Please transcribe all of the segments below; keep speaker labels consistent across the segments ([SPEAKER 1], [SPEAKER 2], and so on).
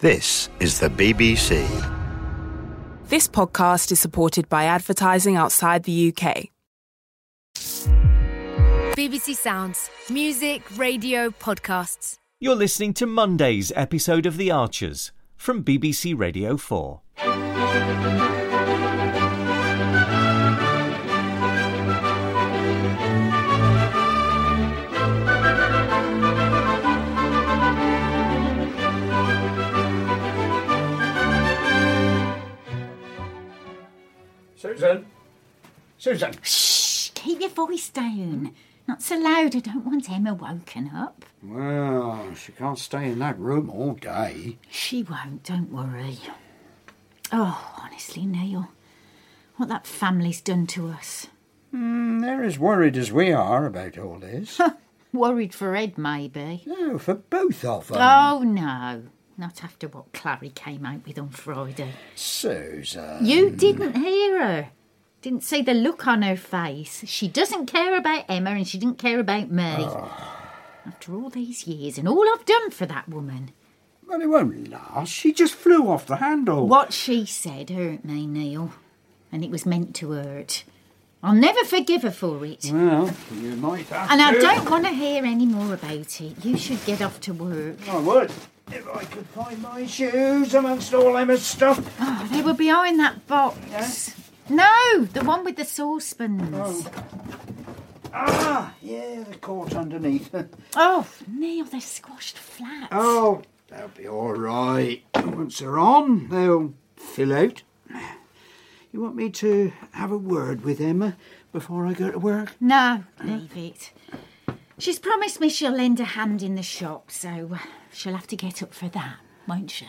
[SPEAKER 1] This is the BBC.
[SPEAKER 2] This podcast is supported by advertising outside the UK.
[SPEAKER 3] BBC Sounds. Music, radio, podcasts.
[SPEAKER 4] You're listening to Monday's episode of The Archers from BBC Radio 4.
[SPEAKER 5] Susan? Susan?
[SPEAKER 6] Shh, keep your voice down. Not so loud, I don't want Emma woken up.
[SPEAKER 5] Well, she can't stay in that room all day.
[SPEAKER 6] She won't, don't worry. Oh, honestly, Neil, what that family's done to us.
[SPEAKER 5] Mm, they're as worried as we are about all this.
[SPEAKER 6] Worried for Ed, maybe.
[SPEAKER 5] no, for both of them.
[SPEAKER 6] Oh, no, not after what Clary came out with on Friday.
[SPEAKER 5] Susan.
[SPEAKER 6] You didn't hear her. Didn't see the look on her face. She doesn't care about Emma and she didn't care about me. After all these years and all I've done for that woman.
[SPEAKER 5] Well, it won't last. She just flew off the handle.
[SPEAKER 6] What she said hurt me, Neil, and it was meant to hurt. I'll never forgive her for it.
[SPEAKER 5] Well, you might have
[SPEAKER 6] And I
[SPEAKER 5] to.
[SPEAKER 6] don't want to hear any more about it. You should get off to work.
[SPEAKER 5] I would. If I could find my shoes amongst all Emma's stuff.
[SPEAKER 6] Oh, they were behind that box. No, the one with the saucepans. Oh,
[SPEAKER 5] Ah, yeah, they're caught underneath.
[SPEAKER 6] Oh, Neil, they're squashed flat.
[SPEAKER 5] oh, they'll be all right. Once they're on, they'll fill out. You want me to have a word with Emma before I go to work?
[SPEAKER 6] No, leave it. She's promised me she'll lend a hand in the shop, so she'll have to get up for that, won't she?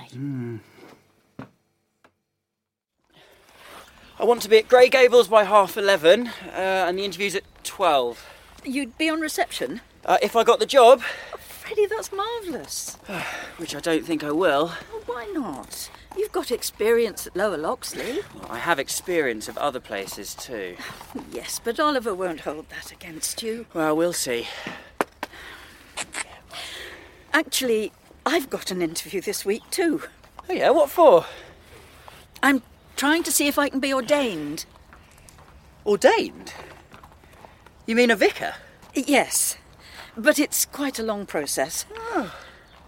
[SPEAKER 7] I want to be at Grey Gables by half eleven, uh, and the interview's at twelve.
[SPEAKER 8] You'd be on reception?
[SPEAKER 7] Uh, if I got the job,
[SPEAKER 8] Freddie, that's marvellous.
[SPEAKER 7] which I don't think I will,
[SPEAKER 8] Well, why not? You've got experience at Lower Loxley.
[SPEAKER 7] well, I have experience of other places too.
[SPEAKER 8] Yes, but Oliver won't hold that against you.
[SPEAKER 7] Well, we'll see.
[SPEAKER 8] Actually, I've got an interview this week too.
[SPEAKER 7] Oh yeah, what for?
[SPEAKER 8] I'm trying to see if I can be ordained.
[SPEAKER 7] Ordained? You mean a vicar?
[SPEAKER 8] Yes, but it's quite a long process.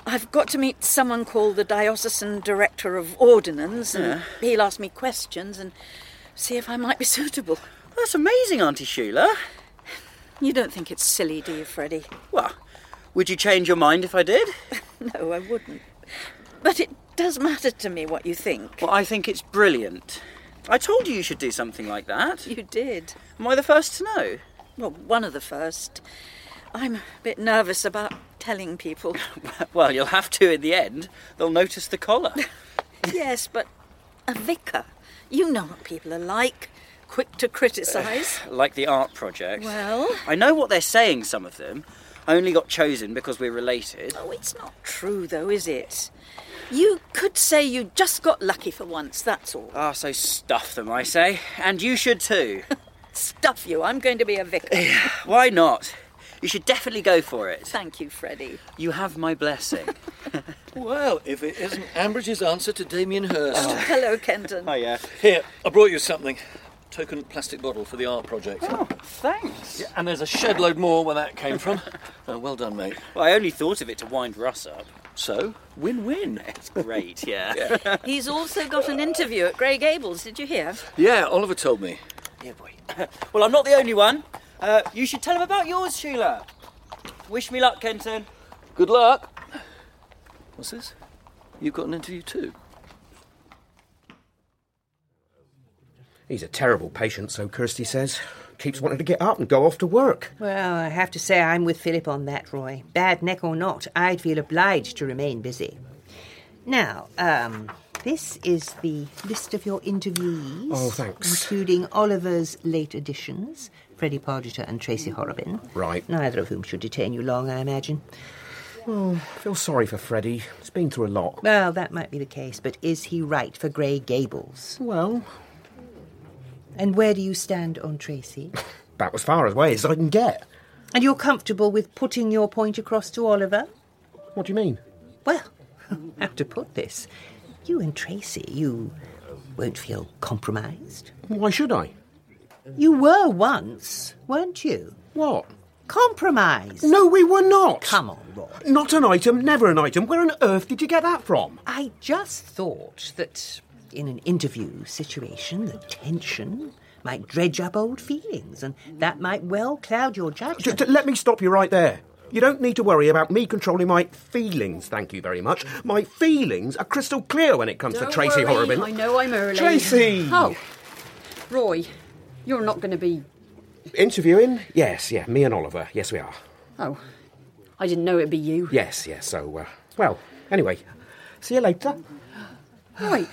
[SPEAKER 8] I've got to meet someone called the Diocesan Director of Ordinance, and he'll ask me questions and see if I might be suitable.
[SPEAKER 7] That's amazing, Auntie Sheila.
[SPEAKER 8] You don't think it's silly, do you, Freddie?
[SPEAKER 7] Well, would you change your mind if I did?
[SPEAKER 8] No, I wouldn't. But it does matter to me what you think.
[SPEAKER 7] Well, I think it's brilliant. I told you you should do something like that.
[SPEAKER 8] You did.
[SPEAKER 7] Am I the first to know?
[SPEAKER 8] Well, one of the first. I'm a bit nervous about telling people.
[SPEAKER 7] Well, you'll have to in the end. They'll notice the collar.
[SPEAKER 8] yes, but a vicar. You know what people are like. Quick to criticise.
[SPEAKER 7] like the art project.
[SPEAKER 8] Well?
[SPEAKER 7] I know what they're saying, some of them. I only got chosen because we're related.
[SPEAKER 8] Oh, it's not true, though, is it? You could say you just got lucky for once, that's all.
[SPEAKER 7] Ah, so stuff them, I say. And you should too.
[SPEAKER 8] Stuff you, I'm going to be a vicar.
[SPEAKER 7] Why not? You should definitely go for it.
[SPEAKER 8] Thank you, Freddie.
[SPEAKER 7] You have my blessing.
[SPEAKER 9] Well, if it isn't Ambridge's answer to Damien Hirst.
[SPEAKER 8] Hello, Kenton.
[SPEAKER 7] Oh, yeah.
[SPEAKER 9] Here, I brought you something. Token plastic bottle for the art project.
[SPEAKER 7] Thanks.
[SPEAKER 9] And there's a shed load more where that came from. Oh, well done, mate.
[SPEAKER 7] Well, I only thought of it to wind Russ up.
[SPEAKER 9] So, win win.
[SPEAKER 7] It's great, yeah.
[SPEAKER 8] He's also got an interview at Grey Gables, did you hear?
[SPEAKER 9] Yeah, Oliver told me.
[SPEAKER 7] Yeah, boy. well, I'm not the only one. Uh, you should tell him about yours, Sheila. Wish me luck, Kenton.
[SPEAKER 9] Good luck. What's this? You've got an interview too.
[SPEAKER 10] He's a terrible patient, so Kirsty says. Keeps wanting to get up and go off to work.
[SPEAKER 11] Well, I have to say I'm with Philip on that, Roy. Bad neck or not, I'd feel obliged to remain busy. Now, um, this is the list of your interviewees.
[SPEAKER 10] Oh, thanks.
[SPEAKER 11] Including Oliver's late additions, Freddie Pargeter and Tracy Horrobin.
[SPEAKER 10] Right.
[SPEAKER 11] Neither of whom should detain you long, I imagine.
[SPEAKER 10] Oh, I feel sorry for Freddie. He's been through a lot.
[SPEAKER 11] Well, that might be the case, but is he right for Grey Gables?
[SPEAKER 10] Well,
[SPEAKER 11] And where do you stand on Tracy?
[SPEAKER 10] about as far away as I can get.
[SPEAKER 11] and you're comfortable with putting your point across to Oliver?
[SPEAKER 10] What do you mean?
[SPEAKER 11] Well,
[SPEAKER 7] how to put this. You and Tracy, you won't feel compromised.
[SPEAKER 10] Why should I?
[SPEAKER 7] You were once, weren't you?
[SPEAKER 10] What?
[SPEAKER 7] Compromised.
[SPEAKER 10] No, we were not.
[SPEAKER 7] Come on, Roy.
[SPEAKER 10] Not an item, never an item. Where on earth did you get that from?
[SPEAKER 7] I just thought that in an interview situation, the tension might dredge up old feelings, and that might well cloud your
[SPEAKER 10] J-
[SPEAKER 7] judgment.
[SPEAKER 10] j- let me stop you right there. You don't need to worry about me controlling my feelings, thank you very much. My feelings are crystal clear when it comes
[SPEAKER 12] Don't
[SPEAKER 10] to Tracy
[SPEAKER 12] worry,
[SPEAKER 10] Horribin.
[SPEAKER 12] I know I'm early.
[SPEAKER 10] Tracy!
[SPEAKER 12] Oh, Roy, you're not going to be.
[SPEAKER 10] Interviewing? Yes, yeah, me and Oliver. Yes, we are.
[SPEAKER 12] Oh, I didn't know it'd be you.
[SPEAKER 10] Yes, yes, so, uh, well, anyway, see you later.
[SPEAKER 12] Right.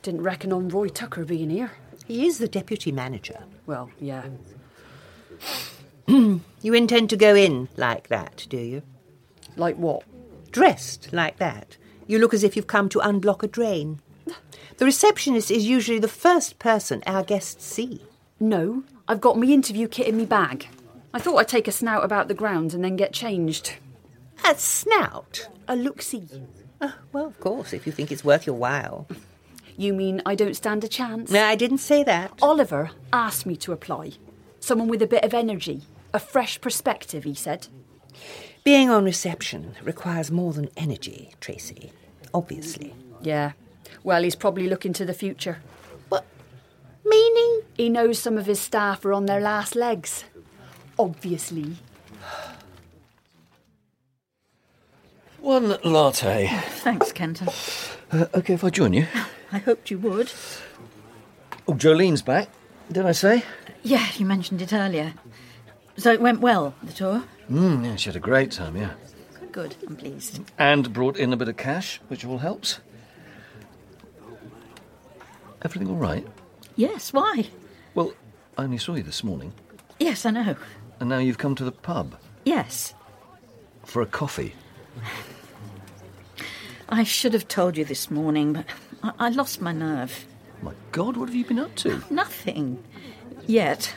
[SPEAKER 12] Didn't reckon on Roy Tucker being here.
[SPEAKER 7] He is the deputy manager.
[SPEAKER 12] Well, yeah.
[SPEAKER 7] you intend to go in like that, do you?
[SPEAKER 12] Like what?
[SPEAKER 7] Dressed like that. You look as if you've come to unblock a drain. The receptionist is usually the first person our guests see.
[SPEAKER 12] No, I've got me interview kit in me bag. I thought I'd take a snout about the grounds and then get changed.
[SPEAKER 7] A snout? Ah,
[SPEAKER 12] A look-see.
[SPEAKER 7] Well, of course, if you think it's worth your while.
[SPEAKER 12] You mean I don't stand a chance?
[SPEAKER 7] No, I didn't say that.
[SPEAKER 12] Oliver asked me to apply. Someone with a bit of energy, a fresh perspective, he said.
[SPEAKER 7] Being on reception requires more than energy, Tracy. Obviously.
[SPEAKER 12] Yeah. Well, he's probably looking to the future.
[SPEAKER 7] What? Meaning?
[SPEAKER 12] He knows some of his staff are on their last legs. Obviously.
[SPEAKER 5] One latte.
[SPEAKER 8] Thanks, Kenton.
[SPEAKER 5] Uh, okay, if I join you.
[SPEAKER 8] I hoped you would.
[SPEAKER 5] Oh, Jolene's back. Did I say?
[SPEAKER 8] Yeah, you mentioned it earlier. So it went well, the tour?
[SPEAKER 5] Mm, yeah, she had a great time, yeah.
[SPEAKER 8] Good, good. I'm pleased.
[SPEAKER 5] And brought in a bit of cash, which all helps. Everything all right?
[SPEAKER 8] Yes, why?
[SPEAKER 5] Well, I only saw you this morning,
[SPEAKER 8] Yes, I know.
[SPEAKER 5] and now you've come to the pub
[SPEAKER 8] Yes.
[SPEAKER 5] for a coffee.
[SPEAKER 8] I should have told you this morning, but I, I lost my nerve.
[SPEAKER 5] My God, what have you been up to?
[SPEAKER 8] Nothing. Yet.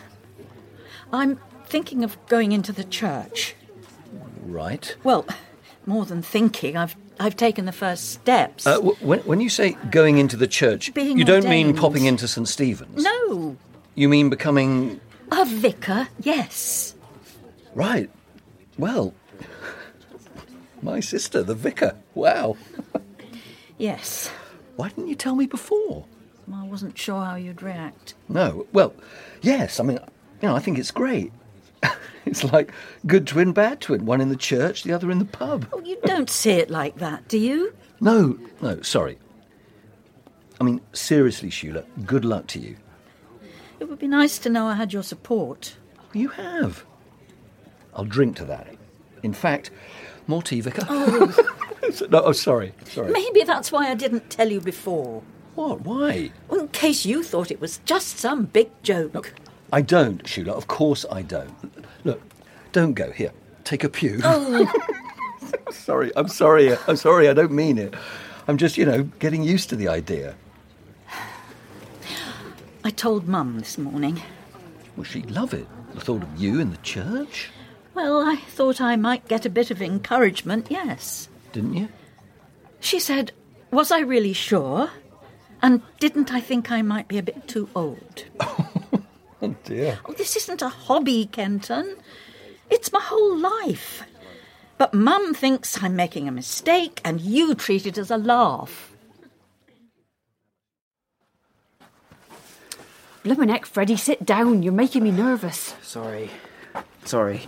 [SPEAKER 8] I'm thinking of going into the church.
[SPEAKER 5] Right.
[SPEAKER 8] Well, more than thinking, I've I've taken the first steps.
[SPEAKER 5] Uh, wh- when, when you say going into the church,
[SPEAKER 8] Being
[SPEAKER 5] you don't mean
[SPEAKER 8] ordained.
[SPEAKER 5] popping into St. Stephen's.
[SPEAKER 8] no.
[SPEAKER 5] You mean becoming.
[SPEAKER 8] A vicar, yes.
[SPEAKER 5] Right. Well, my sister, the vicar. Wow.
[SPEAKER 8] Yes.
[SPEAKER 5] Why didn't you tell me before?
[SPEAKER 8] I wasn't sure how you'd react.
[SPEAKER 5] No. Well, yes. I mean, you know, I think it's great. it's like good twin, bad twin. One in the church, the other in the pub.
[SPEAKER 8] Oh, you don't see it like that, do you?
[SPEAKER 5] No, no, sorry. I mean, seriously, Sheila, good luck to you.
[SPEAKER 8] It would be nice to know I had your support.
[SPEAKER 5] You have. I'll drink to that. In fact, more tea, Vicar. no, oh, sorry. Sorry.
[SPEAKER 8] Maybe that's why I didn't tell you before.
[SPEAKER 5] What? Why?
[SPEAKER 8] Well, in case you thought it was just some big joke.
[SPEAKER 5] I don't, Sheila. Of course I don't. Look, don't go. Here, take a pew.
[SPEAKER 8] Oh,
[SPEAKER 5] sorry. I'm sorry. I'm sorry. I don't mean it. I'm just, you know, getting used to the idea.
[SPEAKER 8] I told Mum this morning.
[SPEAKER 5] Well, she'd love it. The thought of you in the church,
[SPEAKER 8] Well, I thought I might get a bit of encouragement, yes.
[SPEAKER 5] didn't you?
[SPEAKER 8] She said, Was I really sure? And didn't I think I might be a bit too old?
[SPEAKER 5] Oh dear.
[SPEAKER 8] Oh, this isn't a hobby, Kenton. It's my whole life. But Mum thinks I'm making a mistake, and you treat it as a laugh.
[SPEAKER 12] Bloomin' heck, Freddie, sit down. You're making me nervous.
[SPEAKER 6] Sorry. Sorry.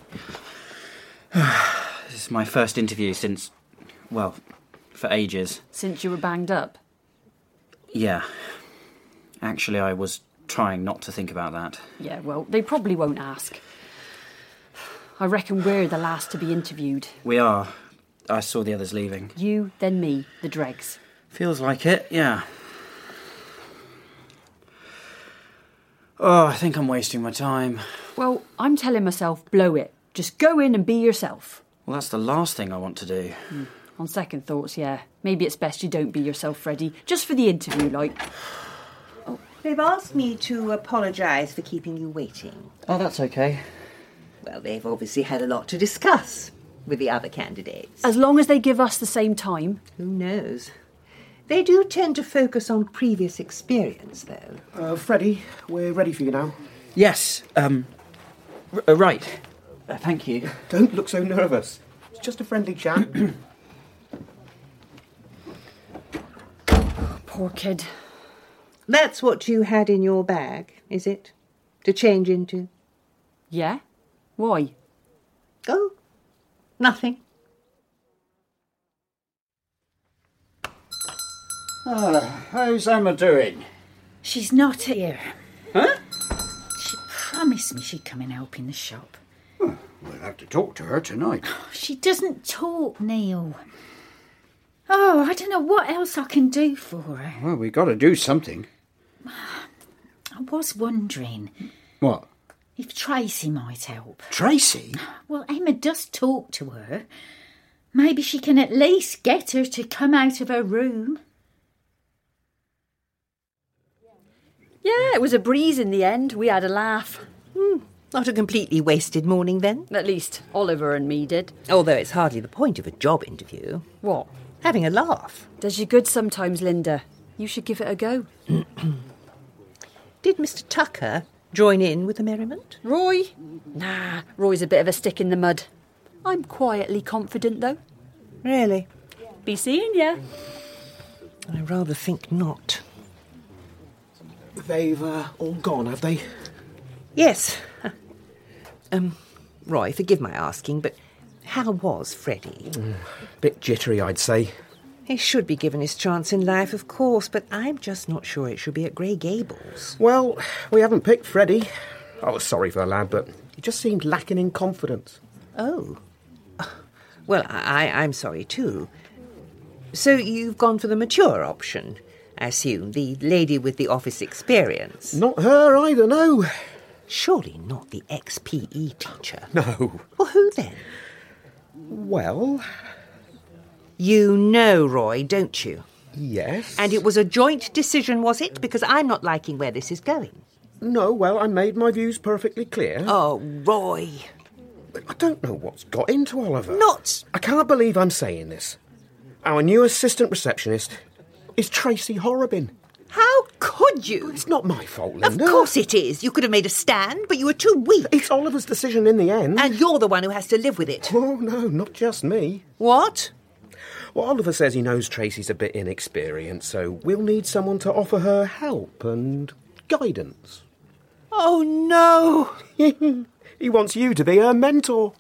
[SPEAKER 6] this is my first interview since, well, for ages.
[SPEAKER 12] Since you were banged up.
[SPEAKER 6] Yeah. Actually, I was trying not to think about that.
[SPEAKER 12] Yeah, well, they probably won't ask. I reckon we're the last to be interviewed.
[SPEAKER 6] We are. I saw the others leaving.
[SPEAKER 12] You, then me, the dregs.
[SPEAKER 6] Feels like it, yeah. Oh, I think I'm wasting my time.
[SPEAKER 12] Well, I'm telling myself, blow it. Just go in and be yourself.
[SPEAKER 6] Well, that's the last thing I want to do.
[SPEAKER 12] On second thoughts, yeah. Maybe it's best you don't be yourself, Freddie. Just for the interview, like.
[SPEAKER 7] They've asked me to apologise for keeping you waiting.
[SPEAKER 6] Oh, that's okay.
[SPEAKER 7] Well, they've obviously had a lot to discuss.
[SPEAKER 8] with the other candidates.
[SPEAKER 13] As long as they give us the same time.
[SPEAKER 8] Who knows? They do tend to focus on previous experience, though.
[SPEAKER 10] Uh, Freddie, we're ready for you now.
[SPEAKER 14] Yes, um, r- uh, right. Uh, thank you.
[SPEAKER 10] Don't look so nervous. It's just a friendly chat.
[SPEAKER 13] Poor kid.
[SPEAKER 8] That's what you had in your bag, is it? To change into?
[SPEAKER 13] Yeah? Why?
[SPEAKER 8] Oh, nothing.
[SPEAKER 15] Ah, how's Emma doing?
[SPEAKER 6] She's not here.
[SPEAKER 15] Huh?
[SPEAKER 6] She promised me she'd come and help in the shop.
[SPEAKER 15] We'll have to talk to her tonight.
[SPEAKER 16] She doesn't talk, Neil.
[SPEAKER 6] Oh, I don't know what else I can do for her.
[SPEAKER 15] Well, we got to do something.
[SPEAKER 6] I was wondering
[SPEAKER 15] What?
[SPEAKER 6] if Tracy might help.
[SPEAKER 15] Tracy?
[SPEAKER 16] Well, Emma does talk to her. Maybe she can at least get her to come out of her room.
[SPEAKER 13] Yeah, it was a breeze in the end. We had a laugh.
[SPEAKER 8] Hmm. Not a completely wasted morning, then.
[SPEAKER 13] At least Oliver and me did.
[SPEAKER 8] Although it's hardly the point of a job interview.
[SPEAKER 13] What?
[SPEAKER 8] Having a laugh.
[SPEAKER 13] Does you good sometimes, Linda. You should give it a go.
[SPEAKER 8] Did Mr. Tucker join in with the merriment?
[SPEAKER 13] Roy? Nah, Roy's a bit of a stick in the mud. I'm quietly confident, though.
[SPEAKER 8] Really?
[SPEAKER 13] Be seeing ya.
[SPEAKER 8] I rather think not.
[SPEAKER 10] They've uh, all gone, have they?
[SPEAKER 8] Yes. Um, Roy, forgive my asking, but how was Freddie?
[SPEAKER 10] Bit jittery, I'd say.
[SPEAKER 8] He should be given his chance in life, of course, but I'm just not sure it should be at Grey Gables.
[SPEAKER 10] Well, we haven't picked Freddie. I was sorry for the lad, but he just seemed lacking in confidence.
[SPEAKER 8] Oh. Well, I, I- I'm sorry too. So you've gone for the mature option, I assume, the lady with the office experience.
[SPEAKER 10] Not her either, no.
[SPEAKER 8] Surely not the XPE teacher.
[SPEAKER 10] No.
[SPEAKER 8] Well, who then?
[SPEAKER 10] Well,
[SPEAKER 8] You know, Roy, don't you?
[SPEAKER 10] yes.
[SPEAKER 8] And it was a joint decision, was it? Because I'm not liking where this is going.
[SPEAKER 10] No, well, I made my views perfectly clear.
[SPEAKER 8] Oh, Roy.
[SPEAKER 10] I don't know what's got into Oliver.
[SPEAKER 8] Not.
[SPEAKER 10] I can't believe I'm saying this. Our new assistant receptionist is Tracy Horribin.
[SPEAKER 8] How could you?
[SPEAKER 10] It's not my fault,
[SPEAKER 8] Of
[SPEAKER 10] Linda.
[SPEAKER 8] course it is. You could have made a stand, but you were too weak.
[SPEAKER 10] It's Oliver's decision in the end.
[SPEAKER 8] And you're the one who has to live with it.
[SPEAKER 10] Oh, no, not just me.
[SPEAKER 8] What?
[SPEAKER 10] Well, Oliver says he knows Tracy's a bit inexperienced, so we'll need someone to offer her help and guidance.
[SPEAKER 8] Oh, no.
[SPEAKER 10] he wants you to be her mentor.